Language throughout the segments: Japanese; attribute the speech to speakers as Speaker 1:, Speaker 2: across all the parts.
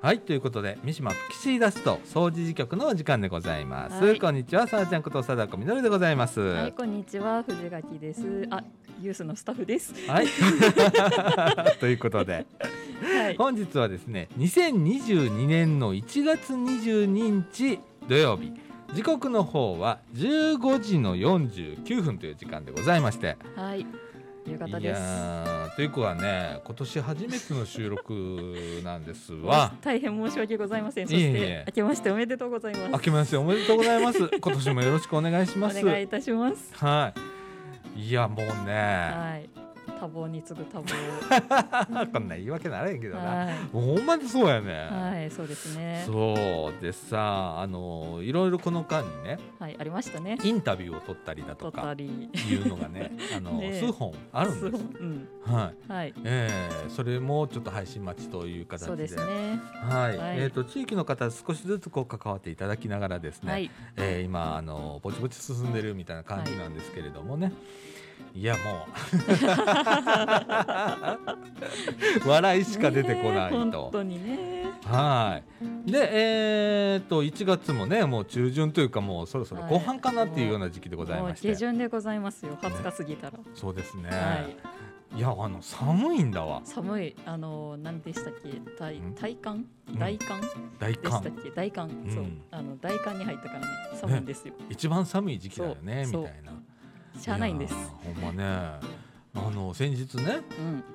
Speaker 1: はいということで三島プキシーダスト掃除時局のお時間でございます、
Speaker 2: はい
Speaker 1: こんにちはさあちゃんこと貞子みのるでございます
Speaker 2: は、
Speaker 1: はい
Speaker 2: こんにちは、藤垣です。あ、ユースのスタッフです。
Speaker 1: いという ことで
Speaker 2: はい。
Speaker 1: 本日はですね2022年の1月22日土曜日時刻の方は15時の49分という時間でございまして
Speaker 2: はい。夕方
Speaker 1: い
Speaker 2: です。
Speaker 1: やーという子はね今年初めての収録なんです わ
Speaker 2: 大変申し訳ございません。そし
Speaker 1: いえ
Speaker 2: て、
Speaker 1: いえ
Speaker 2: 明けましておめでとうござい
Speaker 1: 明
Speaker 2: ます。
Speaker 1: けましておめでとうございます今年もよろしくお願いし
Speaker 2: お
Speaker 1: ます
Speaker 2: 願いいたします。
Speaker 1: はいいやもうね、
Speaker 2: はい。多忙に次ぐ多忙。
Speaker 1: こんなん言い訳ならへんけどな、
Speaker 2: は
Speaker 1: もうほんまにそうやね
Speaker 2: い。、はい、そうですね。
Speaker 1: そうでさあのいろいろこの間にね
Speaker 2: はい、ありましたね。
Speaker 1: インタビューを取ったりだ
Speaker 2: と
Speaker 1: と
Speaker 2: った
Speaker 1: か
Speaker 2: り。
Speaker 1: いうのが ねあの
Speaker 2: ねえ
Speaker 1: 数本あるんです
Speaker 2: そううん。
Speaker 1: はい
Speaker 2: はい。
Speaker 1: ええそれもちょっと配信待ちという形
Speaker 2: そう
Speaker 1: で
Speaker 2: ですね。
Speaker 1: はい、
Speaker 2: はい
Speaker 1: えっ、と地域の方少しずつこう関わっていただきながらですね、
Speaker 2: はい。
Speaker 1: えー今あのぼちぼち進んでるみたいな感じなんですけれどもね、い、やも う笑いしか出てこない
Speaker 2: ねえ本
Speaker 1: と。
Speaker 2: 当にね。
Speaker 1: はいでえー、と1月もねもう中旬というかもうそろそろ後半かなっていうような時期でござい
Speaker 2: もう
Speaker 1: まして、
Speaker 2: 下旬でございますよ。20日過ぎたら。
Speaker 1: そうですね、
Speaker 2: はい。
Speaker 1: い、やあの寒いんだわ
Speaker 2: 寒いあの何でしたっけ体
Speaker 1: ん
Speaker 2: 体感
Speaker 1: ん
Speaker 2: 大寒
Speaker 1: 大
Speaker 2: でした
Speaker 1: 寒
Speaker 2: っけ大寒
Speaker 1: ん
Speaker 2: そうあの大寒に入ったからね寒いんですよ
Speaker 1: 一番寒い時期だよねみ
Speaker 2: そう
Speaker 1: たいな
Speaker 2: しゃあないんです
Speaker 1: やーほんまねあの先日ね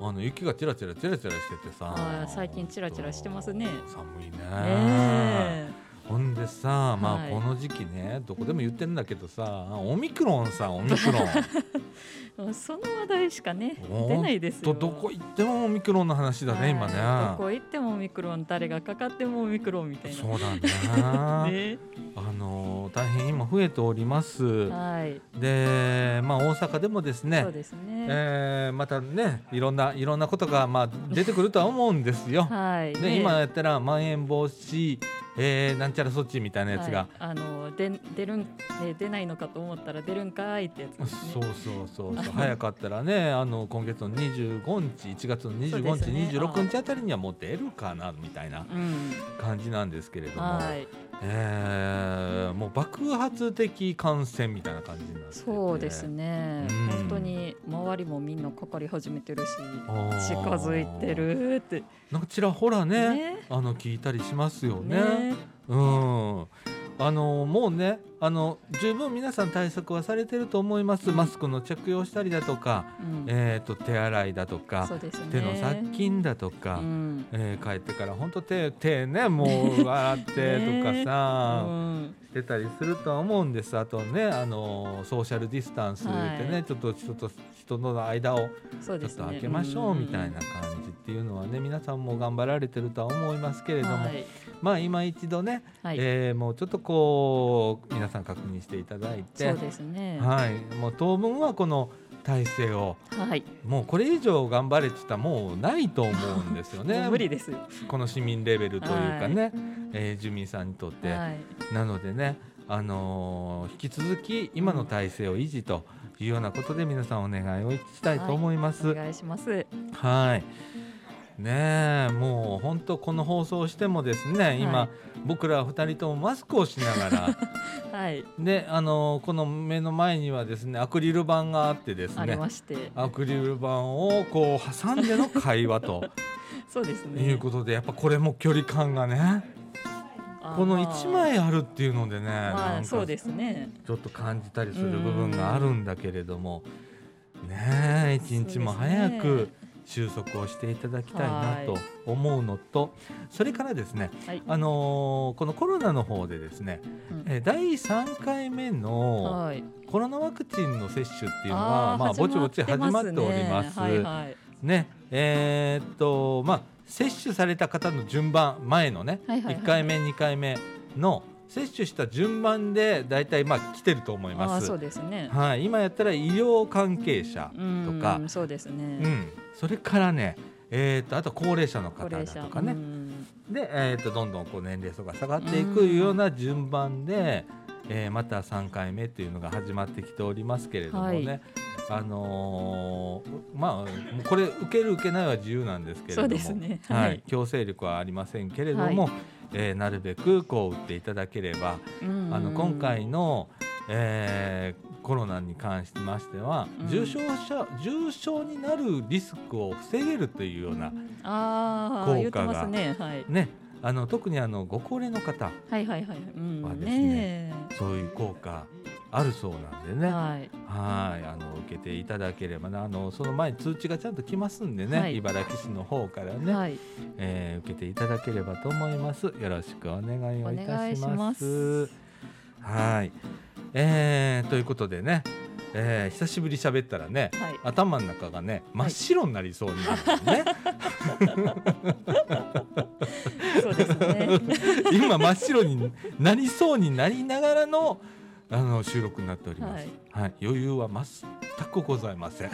Speaker 2: うん
Speaker 1: あの雪がちらちらちらちらしててさ
Speaker 2: あー最近チラチラしてますね
Speaker 1: 寒いね
Speaker 2: ね
Speaker 1: ほんでさま
Speaker 2: は
Speaker 1: あ
Speaker 2: い
Speaker 1: この時期ねどこでも言ってんだけどさオミクロンさオミクロン
Speaker 2: えその話題しかね
Speaker 1: ほん
Speaker 2: 出ないです
Speaker 1: と
Speaker 2: よ
Speaker 1: どこ行ってもオミクロンの話だ
Speaker 2: はい
Speaker 1: ね今
Speaker 2: ど
Speaker 1: ね
Speaker 2: こ行ってもオミクロン誰がかかってもオミクロンみたいな
Speaker 1: そうだね
Speaker 2: ね
Speaker 1: あのー大変今増えております
Speaker 2: はい
Speaker 1: でまあ大阪でもですね
Speaker 2: そうですね
Speaker 1: えーまたねいろんないろんなことがまあ出てくるとは思うんですよ。
Speaker 2: はい
Speaker 1: ね、今やったらまん延防止、えーなんちゃら措置みたいなやつ
Speaker 2: は
Speaker 1: が
Speaker 2: い、あので出るんね出ないのかと思ったら出るんかーいってやつです
Speaker 1: そ
Speaker 2: ね
Speaker 1: うそうそう そう早かったらねあの今月の25日1月の25
Speaker 2: そうです
Speaker 1: 日、
Speaker 2: ね
Speaker 1: 26日あたりにはもう出るかなみたいな
Speaker 2: うん
Speaker 1: 感じなんですけれども、
Speaker 2: はい
Speaker 1: えーもう爆発的感染みたいな感じになってて
Speaker 2: そうですね、
Speaker 1: うん
Speaker 2: 本当に周りもみんなかかり始めてるし
Speaker 1: あー
Speaker 2: 近づいてるって
Speaker 1: なんかちらほらね
Speaker 2: ね
Speaker 1: あの聞いたりしますよね
Speaker 2: ね
Speaker 1: うん。あのもうねあの十分皆さん対策はされてると思います、
Speaker 2: うん
Speaker 1: マスクの着用したりだとか、
Speaker 2: うん
Speaker 1: えー、と手洗いだとか、
Speaker 2: そうですね
Speaker 1: 手の殺菌だと
Speaker 2: う
Speaker 1: か、
Speaker 2: ん、
Speaker 1: えー帰ってから本当手手ねもう洗ってとかさ、
Speaker 2: うん
Speaker 1: してたりするとは思うんですあとねあのソーシャルディスタンスでね、
Speaker 2: はい
Speaker 1: ちょっと人と人の間を
Speaker 2: そ
Speaker 1: ちょ
Speaker 2: うで
Speaker 1: っ
Speaker 2: す
Speaker 1: と
Speaker 2: ね
Speaker 1: 開けましょうみたい
Speaker 2: ん
Speaker 1: な感じっていうのはね皆さんも頑張られてるとは思いますけれども、
Speaker 2: はい、
Speaker 1: まあ今一度ね
Speaker 2: はい
Speaker 1: えーもうちょっとこう皆さん確認していただいて、
Speaker 2: そうですねは
Speaker 1: はい、もう当分はこの体制を
Speaker 2: い、
Speaker 1: もうこれ以上頑張れって言ったらもうないと思うんですよね
Speaker 2: もう 無理ですよ、
Speaker 1: この市民レベルというかね、えー住民さんにとって、
Speaker 2: はい、
Speaker 1: なのでね、あのー引き続き今の体制を維持というようなことで皆さんお願いをしたいと思います。
Speaker 2: お
Speaker 1: はい
Speaker 2: 願いします
Speaker 1: ねえもう本当この放送をしてもですね今、
Speaker 2: はい
Speaker 1: 僕ら2人ともマスクをしながら。
Speaker 2: はい、
Speaker 1: で、あのこの目の前にはですねアクリル板があってです
Speaker 2: あり
Speaker 1: ね
Speaker 2: まして
Speaker 1: アクリル板をこう挟んでの会話 と
Speaker 2: そうですね
Speaker 1: いうことでやっぱこれも距離感がね
Speaker 2: あー
Speaker 1: この
Speaker 2: まあ
Speaker 1: 1枚あるっていうのでね、
Speaker 2: ま
Speaker 1: な
Speaker 2: あ
Speaker 1: ん
Speaker 2: そう
Speaker 1: か
Speaker 2: ですね
Speaker 1: ちょっと感じたりする部分があるんだけれどもねえ一日も早
Speaker 2: そうです
Speaker 1: く
Speaker 2: ね
Speaker 1: 収束をしていただきたいなと
Speaker 2: はい
Speaker 1: 思うのとそれからですね、
Speaker 2: はい
Speaker 1: あのーこのコロナの方でですね、
Speaker 2: うん
Speaker 1: えー第3回目の、
Speaker 2: はい
Speaker 1: コロナワクチンの接種っていうのは
Speaker 2: あー
Speaker 1: まあ、ぼちぼち始まっております。ね
Speaker 2: ねはいはい
Speaker 1: えーっとまあ接種された方の順番前のね、
Speaker 2: はいはいはい
Speaker 1: 1回目2回目の接種した順番でだいたいまあ来てると思い
Speaker 2: あ
Speaker 1: ま
Speaker 2: ー
Speaker 1: す
Speaker 2: そう。ですね。
Speaker 1: はい、今やったら医療関係者とか
Speaker 2: う、んそうです
Speaker 1: う
Speaker 2: ね
Speaker 1: ん。それからね、えーっとあと高齢者の方
Speaker 2: 高
Speaker 1: だ
Speaker 2: 齢者
Speaker 1: とかね、
Speaker 2: うん
Speaker 1: で、えー、とどんどんこう年齢層が下がっていくような順番で、えーまた3回目というのが始まってきておりますけれどもね、
Speaker 2: は
Speaker 1: あのーまあもうこれ受ける受けないは自由なんですけれど
Speaker 2: そ
Speaker 1: も
Speaker 2: うですね
Speaker 1: は
Speaker 2: はいい、
Speaker 1: 強制力はありませんけれども、
Speaker 2: は
Speaker 1: えーなるべくこう打っていただければ、
Speaker 2: うん
Speaker 1: あの今回の、えーコロナに関しましては、
Speaker 2: うん
Speaker 1: 重症者重症になるリスクを防げるというような、
Speaker 2: ああ言
Speaker 1: 効
Speaker 2: って
Speaker 1: 果が
Speaker 2: ますね、はい、
Speaker 1: ね、あの特にあのご高齢の方
Speaker 2: はいはいはいうん
Speaker 1: はですね
Speaker 2: ね
Speaker 1: そういう効果あるそうなんでね、
Speaker 2: はい
Speaker 1: はい、あの受けていただければな、あのその前に通知がちゃんと来ますんでね、
Speaker 2: はい
Speaker 1: 茨城市の方からね、
Speaker 2: はい
Speaker 1: えー受けていただければと思います。よろしくお願いをいたし
Speaker 2: お願いし
Speaker 1: ま。
Speaker 2: ますす
Speaker 1: はい、えーということでね、えー久しぶり喋ったらね、
Speaker 2: はい
Speaker 1: 頭の中がね真っ白になりそうになるんだよね。
Speaker 2: そうです ね
Speaker 1: 今真っ白になりそうになりながらのあの収録になっております。はい、余裕は全くございま せん。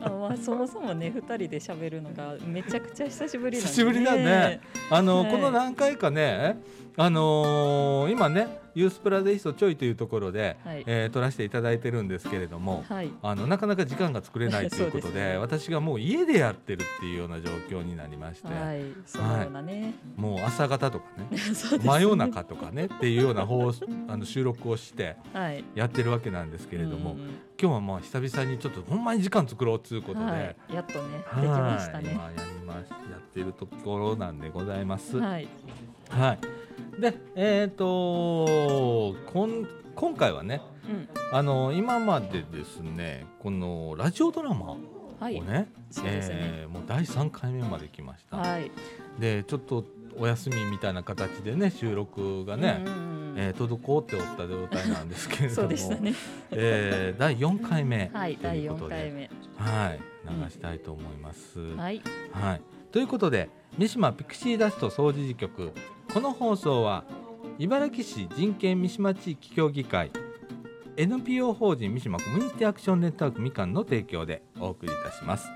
Speaker 2: あまあそもそもね二人で喋るのがめちゃくちゃ久しぶりなんで、ね、
Speaker 1: 久しぶりだねあの、
Speaker 2: はい
Speaker 1: この何回かね、あのー今ねユースプラデイストちょいというところで、
Speaker 2: はい
Speaker 1: えー撮らせていただいてるんですけれども、
Speaker 2: はい
Speaker 1: あのなかなか時間が作れ ないということ
Speaker 2: そ
Speaker 1: で
Speaker 2: うですね
Speaker 1: 私がもう家でやってるっていうような状況になりまして、
Speaker 2: はいそうようなね、
Speaker 1: もう朝方とかね
Speaker 2: そうですね
Speaker 1: 真夜中とかねっていうような放送あの収録をして
Speaker 2: はい
Speaker 1: やってるわけなんですけれども、
Speaker 2: うん
Speaker 1: 今日はまあ久々にちょっとほんまに時間作ろうということで。
Speaker 2: はい、やっとねできました
Speaker 1: はい
Speaker 2: ね
Speaker 1: 今やりましやってるところなんでございます。
Speaker 2: はい
Speaker 1: はい、でえっ、とこん今回はね
Speaker 2: うん
Speaker 1: あの今までですねこのラジオドラマをね,、
Speaker 2: はい、そうですね
Speaker 1: えーもう第3回目まで来ました、
Speaker 2: はい
Speaker 1: でちょっとお休みみたいな形でね収録がね、
Speaker 2: うんうんうん
Speaker 1: えー滞っておった状態なんです けれど
Speaker 2: そう
Speaker 1: も、
Speaker 2: でしたね
Speaker 1: えー第4回目と
Speaker 2: はい第
Speaker 1: いうこ
Speaker 2: 四
Speaker 1: と
Speaker 2: 回
Speaker 1: で、
Speaker 2: 目
Speaker 1: はい、流したいと思います。
Speaker 2: はい
Speaker 1: はい、ということで三島ピクシーダスト総除事局この放送は茨城市人権三島地域協議会 NPO 法人三島コミュニティアクションネットワークみかんの提供でお送りいたします。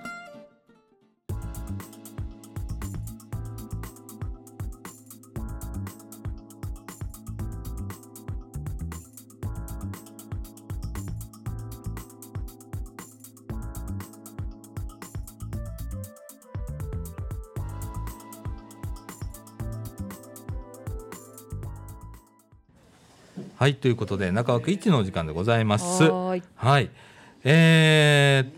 Speaker 1: はいということで中枠一のお時間でございます。
Speaker 2: はーい
Speaker 1: はい、えーっ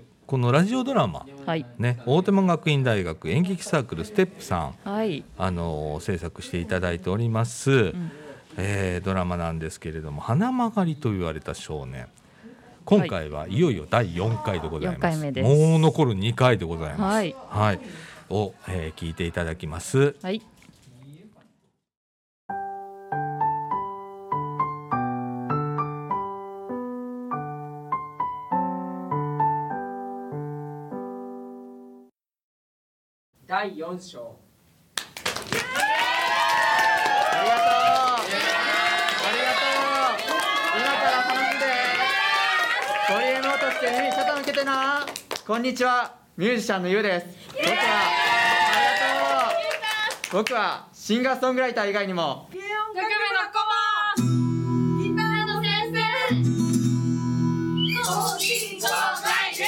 Speaker 1: とこのラジオドラマ
Speaker 2: はい
Speaker 1: ね大手間学院大学演劇サークルステップさん
Speaker 2: はい
Speaker 1: あの制作していただいております、
Speaker 2: ん
Speaker 1: えードラマなんですけれども「花曲がりと言われた少年」今回はいよいよ第4回でございます,、
Speaker 2: 四回目です
Speaker 1: もう残る2回でございます、
Speaker 2: はい
Speaker 1: を、えー聞いていただきます
Speaker 2: はい
Speaker 3: 第4章
Speaker 4: ありがとうありがとう今から話すでボリューム落として耳シャタン受けてなこんにちはミュージシャンのゆうです僕はありがとう僕はシンガーソングライター以外にも
Speaker 5: 学部の顧問ギターの先生更新障害で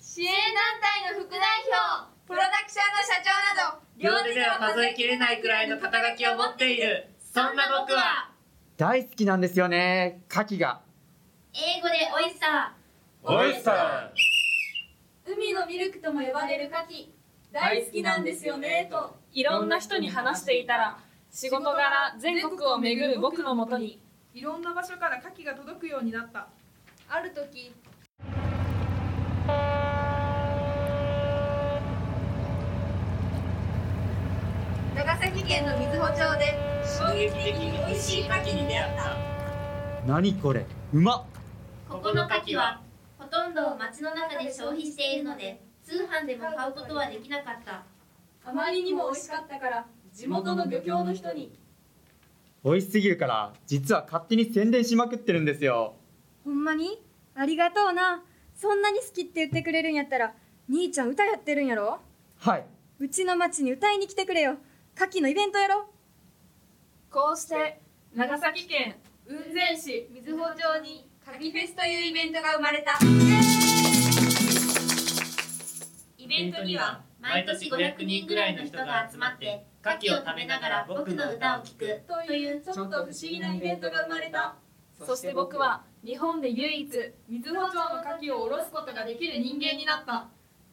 Speaker 5: す支援団体の副代表プロダクションの社長など
Speaker 6: 両手では数えきれないくらいの肩書きを持っているそんな僕は
Speaker 4: 大好きなんですよね牡蠣が
Speaker 5: 英語でオイスタ
Speaker 6: オイスター
Speaker 5: ー海のミルクとも呼ばれる牡蠣大好きなんですよねと
Speaker 7: いろんな人に話していたら仕事柄全国を巡る僕のもとに
Speaker 8: いろんな場所から牡蠣が届くようになった
Speaker 5: ある時長崎県の瑞穂町で衝撃的に美味しい牡蠣に出会った
Speaker 4: 何これうまっ
Speaker 5: ここの牡蠣はほとんどを町の中で消費しているので通販でも買うことはできなかった
Speaker 8: あまりにも美味しかったから地元の漁協の人に
Speaker 4: 美味しすぎるから実は勝手に宣伝しまくってるんですよ
Speaker 9: ほんまにありがとうなそんなに好きって言ってくれるんやったら兄ちゃん歌やってるんやろ
Speaker 4: はいう
Speaker 9: ちの町に歌いに来てくれよ夏季のイベントやろ
Speaker 7: こうして
Speaker 8: 長崎県雲仙市
Speaker 5: 水穂町に神フェスというイベントが生まれたイベントには毎年500人ぐらいの人が集まって牡蠣を食べながら僕の歌を聴く
Speaker 8: というちょっと不思議なイベントが生まれた
Speaker 7: そして僕は日本で唯一
Speaker 8: 水穂町の牡蠣をおろすことができる人間になった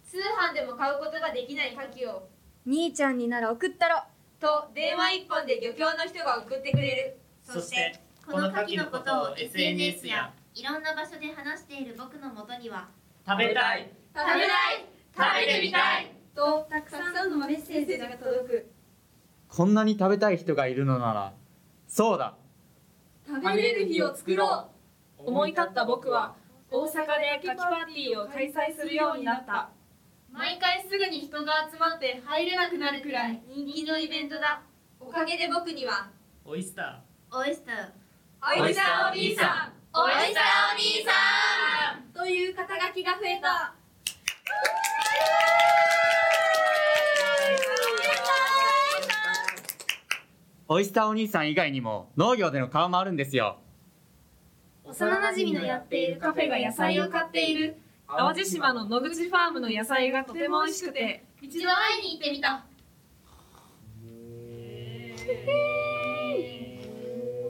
Speaker 5: 通販でも買うことができない牡蠣を
Speaker 9: 兄ちゃんになら送ったろ
Speaker 5: と電話一本で漁協の人が送ってくれる
Speaker 6: そしてこの牡蠣のことを SNS や
Speaker 5: いろんな場所で話している僕のもとには
Speaker 6: 食べたい
Speaker 8: 食べたい
Speaker 6: 食べてみたい
Speaker 8: とたくさんのメッセージが届く
Speaker 4: こんなに食べたい人がいるのならそうだ
Speaker 8: 食べれる日を作ろ
Speaker 7: 思い立った僕は大阪で牡蠣パーティーを開催するようになった
Speaker 8: う毎回すぐに人が集まって入れなくなるくらい
Speaker 5: 人気のイベントだおかげで僕には
Speaker 6: オイスタ
Speaker 5: オイスター
Speaker 6: ー
Speaker 8: おいしさお兄さん
Speaker 5: オイスターお兄さん
Speaker 8: という肩書きが増えた
Speaker 4: おいしさお兄さん以外にも農業での顔もあるんですよ
Speaker 5: 幼馴染のやっているカフェが野菜を買っている
Speaker 7: 淡路島の野口ファームの野菜がとても美味しくて
Speaker 5: 一度会いに行ってみた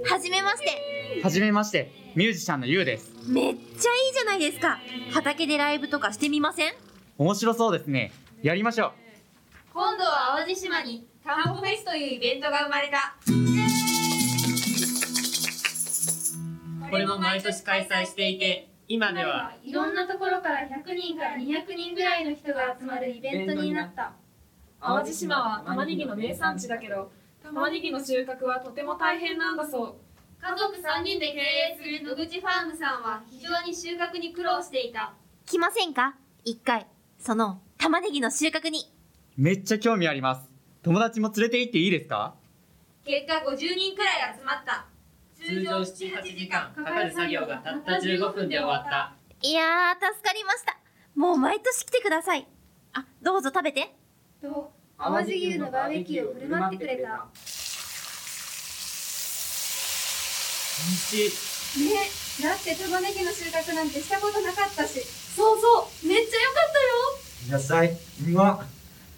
Speaker 9: はじめまして
Speaker 4: はじめましてミュージシャンのゆうです
Speaker 9: めっちゃいいじゃないですか畑でライブとかしてみません
Speaker 4: 面白そうですねやりましょう
Speaker 5: 今度は淡路島に田んぼフェスというイベントが生まれた
Speaker 6: ーこれも毎年開催していて今ではい
Speaker 8: ろんなところから100人から200人ぐらいの人が集まるイベントになった
Speaker 7: 淡路島は玉ねぎの名産地だけど玉ねぎの収穫はとても大変なんだそう
Speaker 5: 家族3人で経営する野口ファームさんは非常に収穫に苦労していた
Speaker 9: 来ませんか一回その玉ねぎの収穫に
Speaker 4: めっちゃ興味あります友達も連れて行っていいですか
Speaker 5: 結果50人くらい集まった
Speaker 6: 通常78時間かかる作業がたった15分で終わった
Speaker 9: いやー助かりましたもう毎年来てくださいあどうぞ食べて
Speaker 8: と
Speaker 3: 淡路牛のバーベキューを振る舞ってくれた
Speaker 6: 西
Speaker 8: ねだって玉ねぎの収穫なんてしたことなかったしそうそうめっちゃ良かったよ
Speaker 10: 野菜うま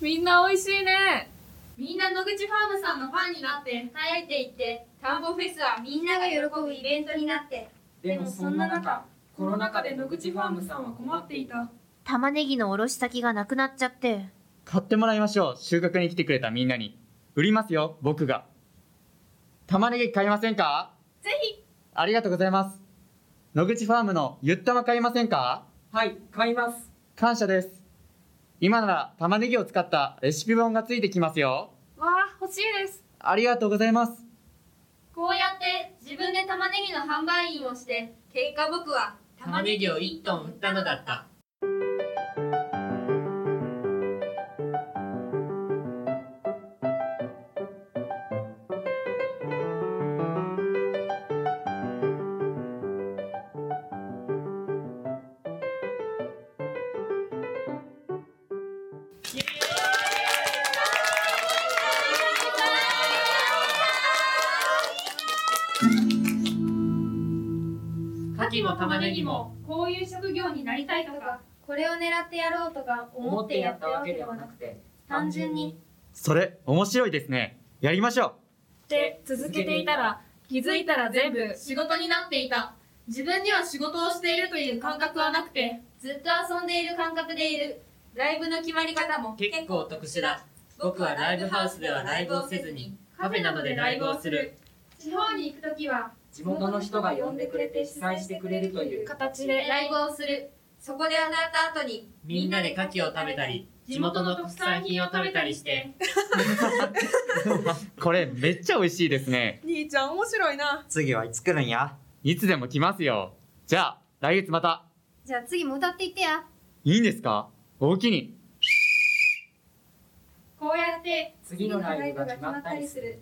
Speaker 7: みんな美味しいね
Speaker 8: みんな野口ファームさんのファンになって
Speaker 5: 帰っていって田んぼフェスはみんなが喜ぶイベントになって
Speaker 3: でもそんな中コロナ禍で野口ファームさんは困っていた
Speaker 9: 玉ねぎの卸先がなくなっちゃって
Speaker 4: 買ってもらいましょう収穫に来てくれたみんなに売りますよ僕が玉ねぎ買いませんか
Speaker 8: ぜひ
Speaker 4: ありがとうございます野口ファームのゆったま買いませんか
Speaker 3: はい買います
Speaker 4: 感謝です今なら玉ねぎを使ったレシピ本がついてきますよ
Speaker 7: わあ欲しいです
Speaker 4: ありがとうございます
Speaker 5: こうやって自分で玉ねぎの販売員をして結果僕は
Speaker 6: 玉ねぎを1トン売ったのだった牡蠣も玉ねぎも
Speaker 8: こういう職業になりたいとかこれを狙ってやろうとか
Speaker 3: 思ってやったわけではなくて単純に
Speaker 4: それ面白いですねやりましょう
Speaker 7: で続けていたら気づいたら全部
Speaker 8: 仕事になっていた自分には仕事をしているという感覚はなくて
Speaker 5: ずっと遊んでいる感覚でいるライブの決まり方も
Speaker 6: 結構特殊だ僕はライブハウスではライブをせずにカフェなどでライブをする
Speaker 8: 地方に行く時は
Speaker 3: 地元の人が呼んでくれて主催してくれるという
Speaker 7: 形で
Speaker 5: ライブをするそこで当たった後に
Speaker 6: みんなで牡蠣を食べたり地元の特産品を食べたりして
Speaker 4: これめっちゃ美味しいですね
Speaker 2: 兄ちゃん面白いな
Speaker 10: 次はいつ来るんや
Speaker 4: いつでも来ますよじゃあ来月また
Speaker 9: じゃあ次も歌っていってや
Speaker 4: いいんですかおおきに
Speaker 8: こうやって
Speaker 3: 次のライブが決まったりする
Speaker 8: る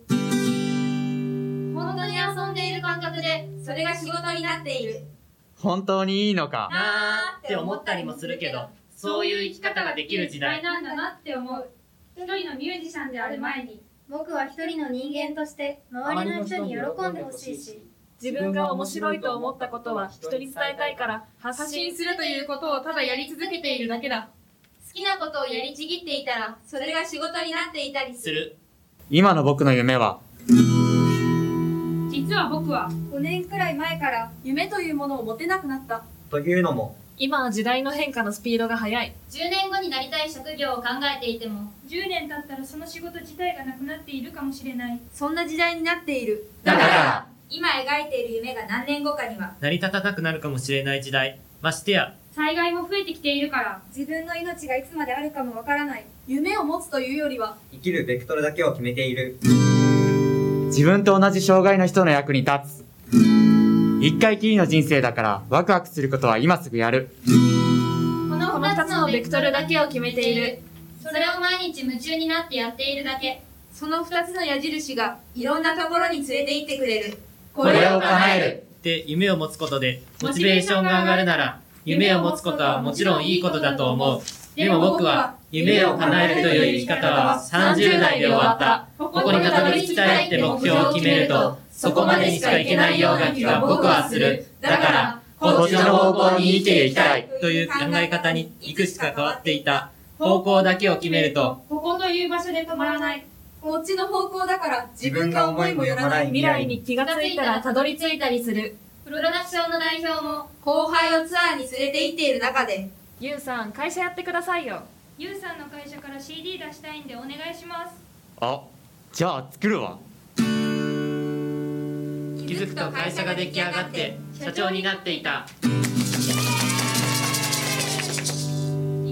Speaker 5: 本当に遊んでいる感覚でそれが仕事になっている
Speaker 4: 本当にいいのか
Speaker 6: なーって思ったりもするけどそういう生き方ができる時代
Speaker 8: なんだなって思う一人のミュージシャンである前に僕は一人の人間として周りの人に喜んでほしいし
Speaker 7: 自分が面白いと思ったことは人に伝えたいから
Speaker 3: 発信するということをただやり続けているだけだ
Speaker 5: 好きなことをやりちぎっていたらそれが仕事になっていたりする
Speaker 4: 今の僕の夢は
Speaker 3: 実は僕は
Speaker 9: 5年くらい前から夢というものを持てなくなった
Speaker 10: というのも
Speaker 7: 今は時代の変化のスピードが速い
Speaker 5: 10年後になりたい職業を考えていても
Speaker 3: 10年経ったらその仕事自体がなくなっているかもしれない
Speaker 9: そんな時代になっている
Speaker 5: だから今描いている夢が何年後かには
Speaker 6: 成り立たなくなるかもしれない時代ましてや
Speaker 3: 災害も増えてきているから
Speaker 9: 自分の命がいつまであるかもわからない夢を持つというよりは
Speaker 10: 生きるベクトルだけを決めている
Speaker 4: 自分と同じ障害の人の役に立つ一回きりの人生だからワクワクすることは今すぐやる
Speaker 5: この
Speaker 7: この2つのベクトルだけを決めている
Speaker 5: それを毎日夢中になってやっているだけ
Speaker 8: その2つの矢印がいろんなところに連れて行ってくれる
Speaker 4: これを叶える
Speaker 6: って夢を持つことでモチベーションが上がるなら夢を持つことはもちろんいいことだと思うでも僕は夢を叶えるという生き方は30代で終わったここにたどり着きたいって目標を決めるとそこまでにしかいけないような気が僕はするだからこっちの方向に生きていきたいという考え方に行くしか変わっていた方向だけを決めると
Speaker 3: ここという場所で止まらない
Speaker 8: こっちの方向だから自分が思いもよらない
Speaker 7: 未来に気がついたらたどり着いたりする
Speaker 5: プロダクションの代表も
Speaker 8: 後輩をツアーに連れて行っている中で
Speaker 7: ゆうさん会社やってくださいよ
Speaker 3: ゆうさんの会社から CD 出したいんでお願いします
Speaker 4: あじゃあ作るわ
Speaker 6: 気づくと会社が出来上がって社長になっていた
Speaker 3: 生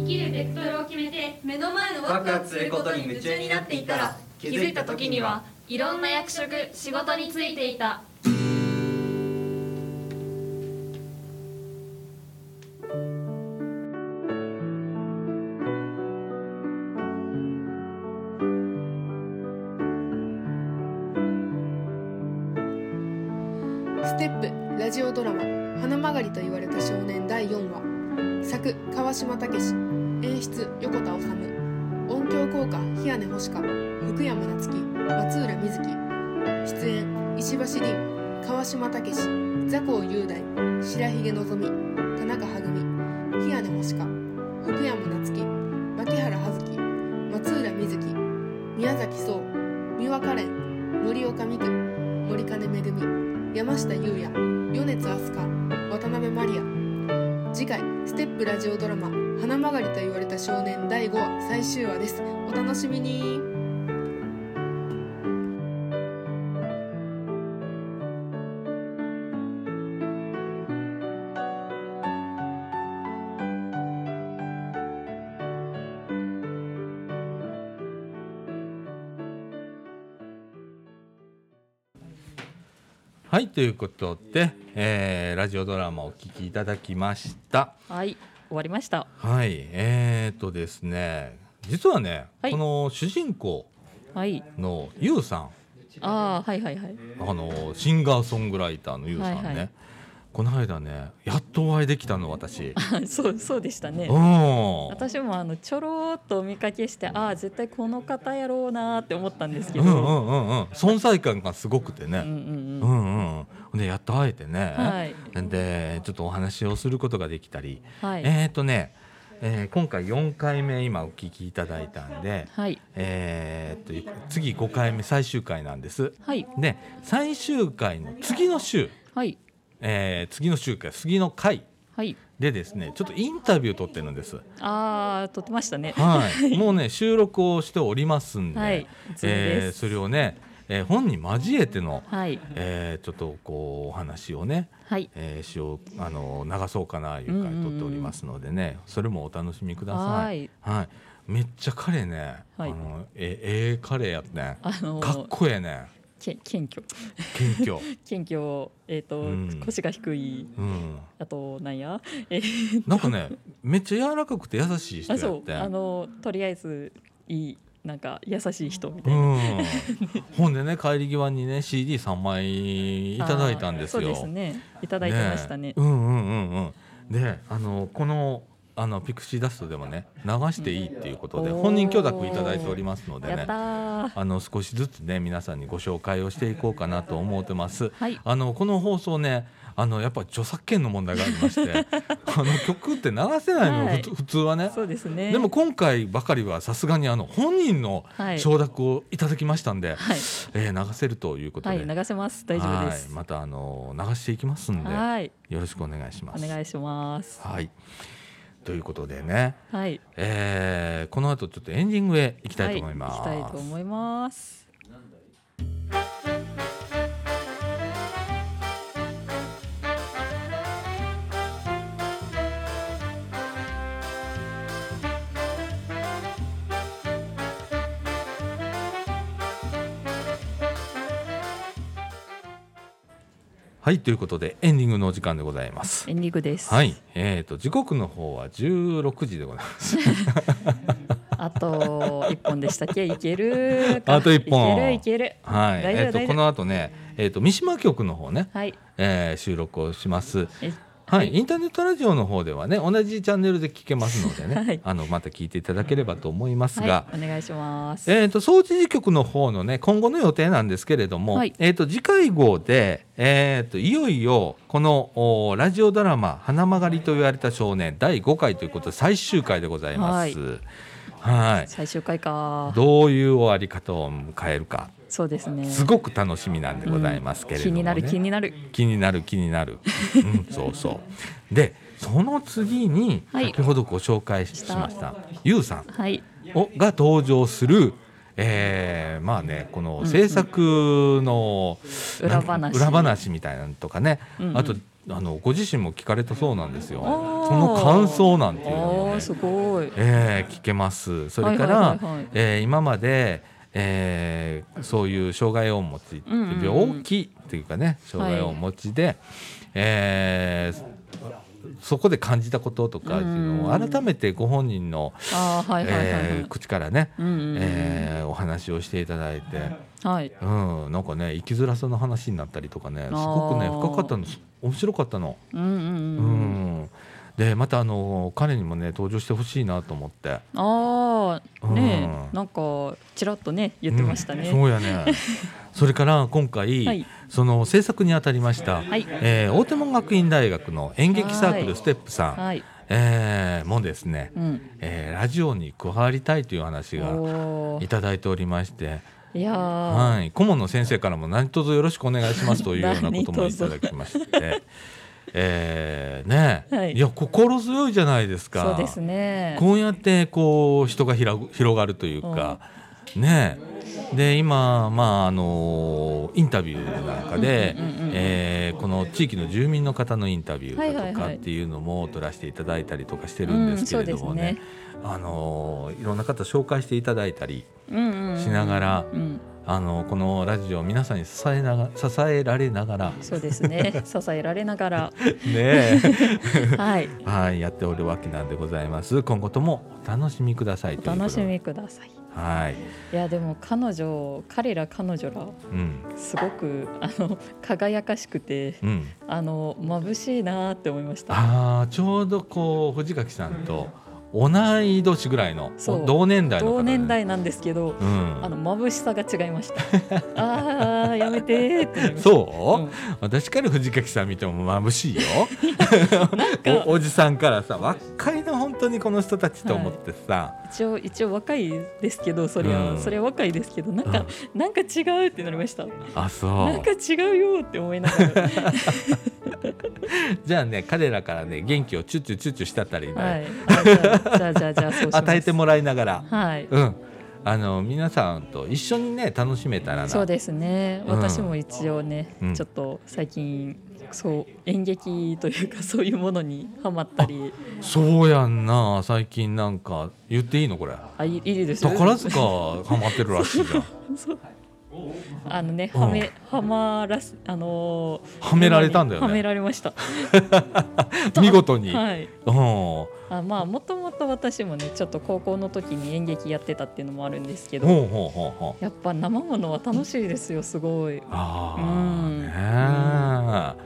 Speaker 3: きるベクトルを決めて
Speaker 8: 目の前の
Speaker 10: ワクワクすることに夢中になっていたら
Speaker 7: 気づいた時にはいろんな役職仕事についていた
Speaker 11: ステップラジオドラマ「花曲がりと言われた少年」第4話作川島武史演出横田治音響効果日根星香福山夏樹松浦瑞希出演石橋凛川島武史座高雄大白髭のぞみ田中はぐみ日根星香福山夏樹牧原葉月松浦瑞希宮崎壮三輪カレン森岡美久森金恵山下優也米津飛鳥渡辺マリア次回ステップラジオドラマ「花曲がりと言われた少年第5話」最終話ですお楽しみに
Speaker 1: はいということで、えーラジオドラマをお聞きいただきました
Speaker 2: はい終わりました
Speaker 1: はいえー、とですね実はね、
Speaker 2: はい
Speaker 1: この主人公
Speaker 2: はい
Speaker 1: のゆうさん
Speaker 2: ああはいはいはい
Speaker 1: あのシンガーソングライターのゆうさんね、
Speaker 2: はいはい
Speaker 1: この間ねやっとお会いできたの私
Speaker 2: あそうそうでしたね
Speaker 1: うん
Speaker 2: 私もあのちょろっとお見かけしてああ絶対この方やろうなーって思ったんですけ
Speaker 1: う
Speaker 2: ど、
Speaker 1: んうんうんうん存在感がすごくてねうんうんうんでやっと会えてね、
Speaker 2: はい
Speaker 1: でちょっとお話をすることができたり、
Speaker 2: はい
Speaker 1: えっ、とね、えー今回4回目今お聞きいただいたんで、
Speaker 2: はい
Speaker 1: えーっと次5回目最終回なんです。
Speaker 2: はい
Speaker 1: で最終回の次の週、
Speaker 2: はい
Speaker 1: えー次の週か次の回
Speaker 2: はい
Speaker 1: でですねちょっとインタビュー撮ってるんです。
Speaker 2: ああ撮ってましたね
Speaker 1: はい、もうね収録をしておりますんで、
Speaker 2: はいズーム
Speaker 1: え
Speaker 2: で
Speaker 1: ー
Speaker 2: す
Speaker 1: それをね、えー本人交えての、
Speaker 2: はい
Speaker 1: えーちょっとこうお話をね、
Speaker 2: はい
Speaker 1: えーしようあの流そうかないう回
Speaker 2: うんうん
Speaker 1: 撮
Speaker 2: うん
Speaker 1: っておりますのでね、それもお楽しみください。はい、めっちゃ彼ね、
Speaker 2: はい
Speaker 1: あのえええ彼やってね、
Speaker 2: あのー
Speaker 1: かっこええね、
Speaker 2: け謙虚
Speaker 1: 謙虚。
Speaker 2: 謙虚えっ、と、
Speaker 1: うん
Speaker 2: 腰が低い、
Speaker 1: うん、
Speaker 2: あとなんやえー
Speaker 1: なんかね、めっちゃ柔らかくて優しい人
Speaker 2: あ
Speaker 1: や
Speaker 2: そ
Speaker 1: っ
Speaker 2: う
Speaker 1: て。
Speaker 2: あのとりあえずいいなんか優しい人みた
Speaker 1: う
Speaker 2: いな、
Speaker 1: ん、 ほんでね帰り際にね CD3 枚いただいたんですよ。
Speaker 2: あーそうですねいただいてましたね
Speaker 1: えうんうんうんうん。であのこのあのピクシーダストでもね流していいっていうことで
Speaker 2: おー
Speaker 1: 本人許諾いただいておりますので
Speaker 2: や
Speaker 1: ね
Speaker 2: ったー
Speaker 1: あの少しずつね皆さんにご紹介をしていこうかなと思ってます、
Speaker 2: はい
Speaker 1: あのこの放送ねあのやっぱ著作権の問題がありまして あの曲って流せないの、
Speaker 2: はい
Speaker 1: ふつ普通はね
Speaker 2: そうですね
Speaker 1: でも今回ばかりはさすがにあの本人の
Speaker 2: はい
Speaker 1: 承諾をいただきましたんで、えー流せるということ
Speaker 2: は
Speaker 1: で、
Speaker 2: い流せます大丈夫です
Speaker 1: はいまたあの流していきますんで、
Speaker 2: はい
Speaker 1: よろしくお願いしま
Speaker 2: お
Speaker 1: す。
Speaker 2: 願いします
Speaker 1: はい。ということでね、
Speaker 2: はい
Speaker 1: えーこの後ちょっとエンディングへ行きたいと思います。
Speaker 2: はい、行きたいと思います
Speaker 1: はいということでエンディングのお時間でございます。
Speaker 2: エンディングです
Speaker 1: はい、えーと時刻の方は16時でござい ます。
Speaker 2: あと一本でしたっけいけ るか
Speaker 1: あと一本。
Speaker 2: いけるいける
Speaker 1: はい。
Speaker 2: 大
Speaker 1: え
Speaker 2: 丈夫
Speaker 1: ーと
Speaker 2: 大丈夫
Speaker 1: この後ね、えーと三島局の方ね、
Speaker 2: はい
Speaker 1: えー収録をします。
Speaker 2: え
Speaker 1: はい、インターネットラジオの方ではね同じチャンネルで聞けますのでね、
Speaker 2: はい
Speaker 1: あのまた聞いていただければと思いますが、
Speaker 2: はい、お願いします
Speaker 1: えー、と総知事局の方のね今後の予定なんですけれども、
Speaker 2: はい
Speaker 1: えー、と次回号で、えー、といよいよこのおラジオドラマ「花曲がりと言われた少年」第5回ということで最終回でございます。はい
Speaker 2: 最終回か
Speaker 1: どういう終わり方を迎えるか
Speaker 2: そうですね
Speaker 1: すごく楽しみなんでございますけれど
Speaker 2: 気
Speaker 1: も、ね
Speaker 2: になる気になる
Speaker 1: 気になる気になる、うん、そうそうでその次に
Speaker 2: はい
Speaker 1: 先ほどご紹介し
Speaker 2: した
Speaker 1: ました、ゆうさん
Speaker 2: はい
Speaker 1: をが登場する、えーまあねこの制作の、
Speaker 2: うん裏話
Speaker 1: なん裏話みたいなのとかね、
Speaker 2: うんうん
Speaker 1: あとあのご自身も聞かれたそうなんですよ
Speaker 2: おー
Speaker 1: その感想なんていうのも、
Speaker 2: おーすごい
Speaker 1: えー聞けますそれか
Speaker 2: はい
Speaker 1: ら
Speaker 2: はいはいはい
Speaker 1: えー今まで、えーそういう障害を持ち、
Speaker 2: うんうんうん
Speaker 1: 病気っていうかね障害をお持ちで、えーそこで感じたこととかっていうのを改めてご本人の、
Speaker 2: あーはいはいはいはい
Speaker 1: えー口からね、
Speaker 2: うんうんうん
Speaker 1: えーお話をしていただいて、
Speaker 2: はい
Speaker 1: うん、なんかね生きづらさの話になったりとかねすごくね
Speaker 2: あー
Speaker 1: 深かったのす面白かったの。
Speaker 2: うんうん
Speaker 1: う
Speaker 2: うん、
Speaker 1: んでまたあの彼にもね登場してほしいなと思って。
Speaker 2: ああねえ、
Speaker 1: う
Speaker 2: なんかちらっとね言ってましたね、
Speaker 1: うんそうや ねそれから今回、
Speaker 2: はい
Speaker 1: その制作にあたりました、
Speaker 2: はい
Speaker 1: えー大手門学院大学の演劇サーク
Speaker 2: は
Speaker 1: ル
Speaker 2: い
Speaker 1: ステップさん、
Speaker 2: はい
Speaker 1: えーもですね、
Speaker 2: うん
Speaker 1: えーラジオに加わりたいという話が
Speaker 2: おー
Speaker 1: いただいておりまして。
Speaker 2: いやー
Speaker 1: はい、顧問の先生からも何卒よろしくお願いしますというようなこと もいただきまして、えーね、
Speaker 2: はい
Speaker 1: い、や心強いじゃないですか。
Speaker 2: そうですね
Speaker 1: こうやってこう人がひらぐ広がるというか、ねえで今、まああのインタビューなんかで、えーこの地域の住民の方のインタビュー
Speaker 2: は
Speaker 1: だ
Speaker 2: い
Speaker 1: と
Speaker 2: はい
Speaker 1: か
Speaker 2: はい
Speaker 1: っていうのも取らせていただいたりとかしてるんですけれども
Speaker 2: うんそう
Speaker 1: ね,、
Speaker 2: で
Speaker 1: あのいろんな方紹介していただいたり
Speaker 2: うんうんうん
Speaker 1: しながら、
Speaker 2: うん
Speaker 1: あのこのラジオを皆さんに支えなが支えられなが ら
Speaker 2: そうです ね支えられながら
Speaker 1: ねえ
Speaker 2: はい
Speaker 1: はいやっておるわけなんでございます今後ともお楽しみくださいというこ
Speaker 2: お
Speaker 1: とで
Speaker 2: 楽しみください
Speaker 1: はい、
Speaker 2: いやでも彼女彼ら彼女ら
Speaker 1: うん、
Speaker 2: すごくあの輝かしくて、
Speaker 1: うん
Speaker 2: あの眩しいなーって思いました
Speaker 1: ああちょうどこう藤垣さんと同い年ぐらいの
Speaker 2: そう
Speaker 1: 同年代の方
Speaker 2: 同
Speaker 1: ね
Speaker 2: 年代なんですけど、
Speaker 1: ん
Speaker 2: あの眩しさが違いました あーやめてーって思いました
Speaker 1: そう、私から藤垣さん見ても眩しいよおおじさんからさ若いな本当にこの人たちと思ってさ、
Speaker 2: 一応一応若いですけどそれは、
Speaker 1: うん
Speaker 2: それは若いですけどなんか、なんか違うってなりました
Speaker 1: あそう
Speaker 2: なんか違うよって思いな がら
Speaker 1: じゃあね彼らからね元気をチュッチュチュッチュしたったりね、
Speaker 2: はいあじゃあじゃあじゃあじゃあそうします
Speaker 1: 与えてもらいながら、
Speaker 2: はい
Speaker 1: うんあの皆さんと一緒にね楽しめたらな
Speaker 2: そうですね
Speaker 1: うん
Speaker 2: 私も一応ね、
Speaker 1: うん
Speaker 2: ちょっと最近そう演劇というかそういうものにハマったり
Speaker 1: そうやんな最近なんか言っていいのこれ
Speaker 2: あいいいですよ
Speaker 1: 宝塚ハマってるらしいじゃん
Speaker 2: そうあのね
Speaker 1: うん
Speaker 2: はめ、はまらすあのー
Speaker 1: はめられたんだよね
Speaker 2: はめられました
Speaker 1: 見事に、
Speaker 2: はい
Speaker 1: うん
Speaker 2: あまあもともと私もねちょっと高校の時に演劇やってたっていうのもあるんですけど、
Speaker 1: ほうほうほうほう
Speaker 2: やっぱ 生ものは楽しいですよすごい
Speaker 1: あ
Speaker 2: うん
Speaker 1: あね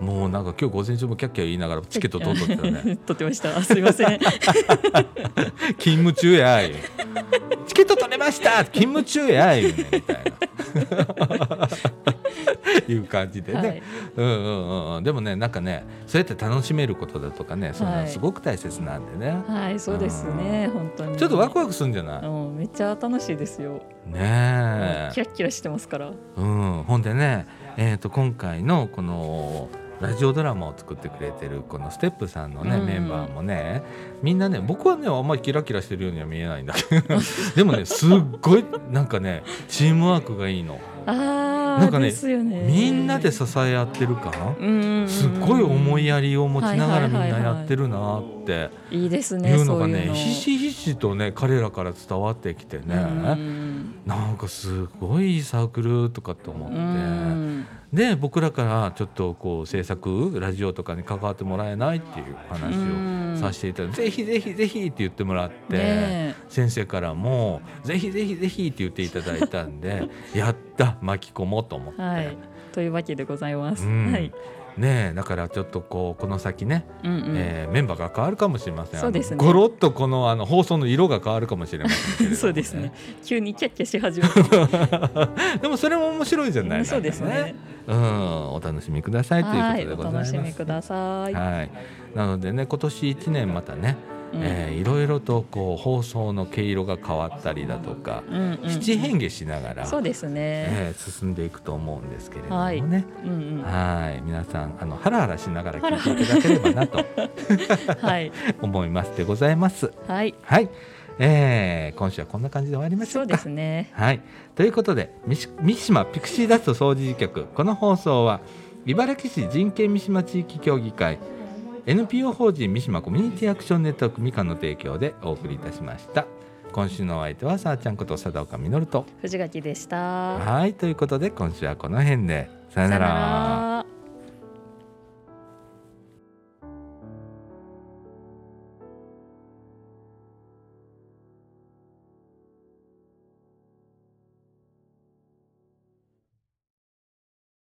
Speaker 1: え、もうなんか今日午前中もキャッキャ言いながらチケット取っとってたね
Speaker 2: 取ってましたすいません
Speaker 1: 勤務中やいうチケット取れました勤務中やいうねみたいないう感じでね、
Speaker 2: はい
Speaker 1: うんうんうんでもねなんかねそうやって楽しめることだとかねそんな
Speaker 2: は
Speaker 1: の
Speaker 2: い
Speaker 1: すごく大切なんでね、
Speaker 2: はいそうですね本当に
Speaker 1: ちょっとワクワクするんじゃない、
Speaker 2: うんめっちゃ楽しいですよ
Speaker 1: ねえ
Speaker 2: キラッキラしてますから
Speaker 1: うん、ほんでね、えー、と今回のこのラジオドラマを作ってくれてるこのステップさんのね、
Speaker 2: うん
Speaker 1: メンバーもねみんなね僕はねあんまりキラキラしてるようには見えないんだけど でもねすっごいなんかねチームワークがいいの。
Speaker 2: あ
Speaker 1: なん
Speaker 2: あ
Speaker 1: かね
Speaker 2: ですよね
Speaker 1: みんなで支え合ってる感、すっごい思いやりを持ちながらみんなやってるなって
Speaker 2: いいですね
Speaker 1: いうのが
Speaker 2: そういう
Speaker 1: ね
Speaker 2: の
Speaker 1: ひしひしとね彼らから伝わってきてね、なんかすごいいいサークルとかって思って、で僕らからちょっとこう制作ラジオとかに関わってもらえないっていう話をさせていただいて、ぜひぜひぜひって言ってもらって、
Speaker 2: ね
Speaker 1: 先生からもぜひぜひぜひって言っていただいたん でやった巻き込もうと思って。
Speaker 2: はいというわけでございます、
Speaker 1: うん
Speaker 2: はい
Speaker 1: ねえだからちょっとこうこの先ね、
Speaker 2: うんうん
Speaker 1: えーメンバーが変わるかもしれません
Speaker 2: そうですね
Speaker 1: あのゴロッとこのあの放送の色が変わるかもしれませんけれどもね、
Speaker 2: そうですね急にキャッキャし始 めて
Speaker 1: でもそれも面白いじゃない
Speaker 2: そうですね
Speaker 1: うん、お楽しみくださいと
Speaker 2: はいい
Speaker 1: こ
Speaker 2: う
Speaker 1: とでござい
Speaker 2: お
Speaker 1: ま
Speaker 2: 楽
Speaker 1: す。
Speaker 2: しみください
Speaker 1: はい、なのでね今年1年またね、
Speaker 2: うん
Speaker 1: えーいろいろとこう放送の毛色が変わったりだとか、
Speaker 2: うんうんうん
Speaker 1: 七変化しながら、
Speaker 2: そうですね
Speaker 1: えー進んでいくと思うんですけれども
Speaker 2: は
Speaker 1: はい
Speaker 2: い、うんうん、
Speaker 1: 皆さんあのハラハラしながら聞いていただければなと
Speaker 2: はい
Speaker 1: 思いますでございます。
Speaker 2: はい
Speaker 1: はい、えー今週はこんな感じで終わりましょうか。
Speaker 2: ですね
Speaker 1: はい、ということで三島三島ピクシーダスト掃除局この放送は茨城市人権三島地域協議会 NPO 法人三島コミュニティアクションネットワークみかんの提供でお送りいたしました今週のお相手はさあちゃんこと佐田岡実と
Speaker 2: 藤垣でした
Speaker 1: はいということで今週はこの辺でさよなら
Speaker 2: ら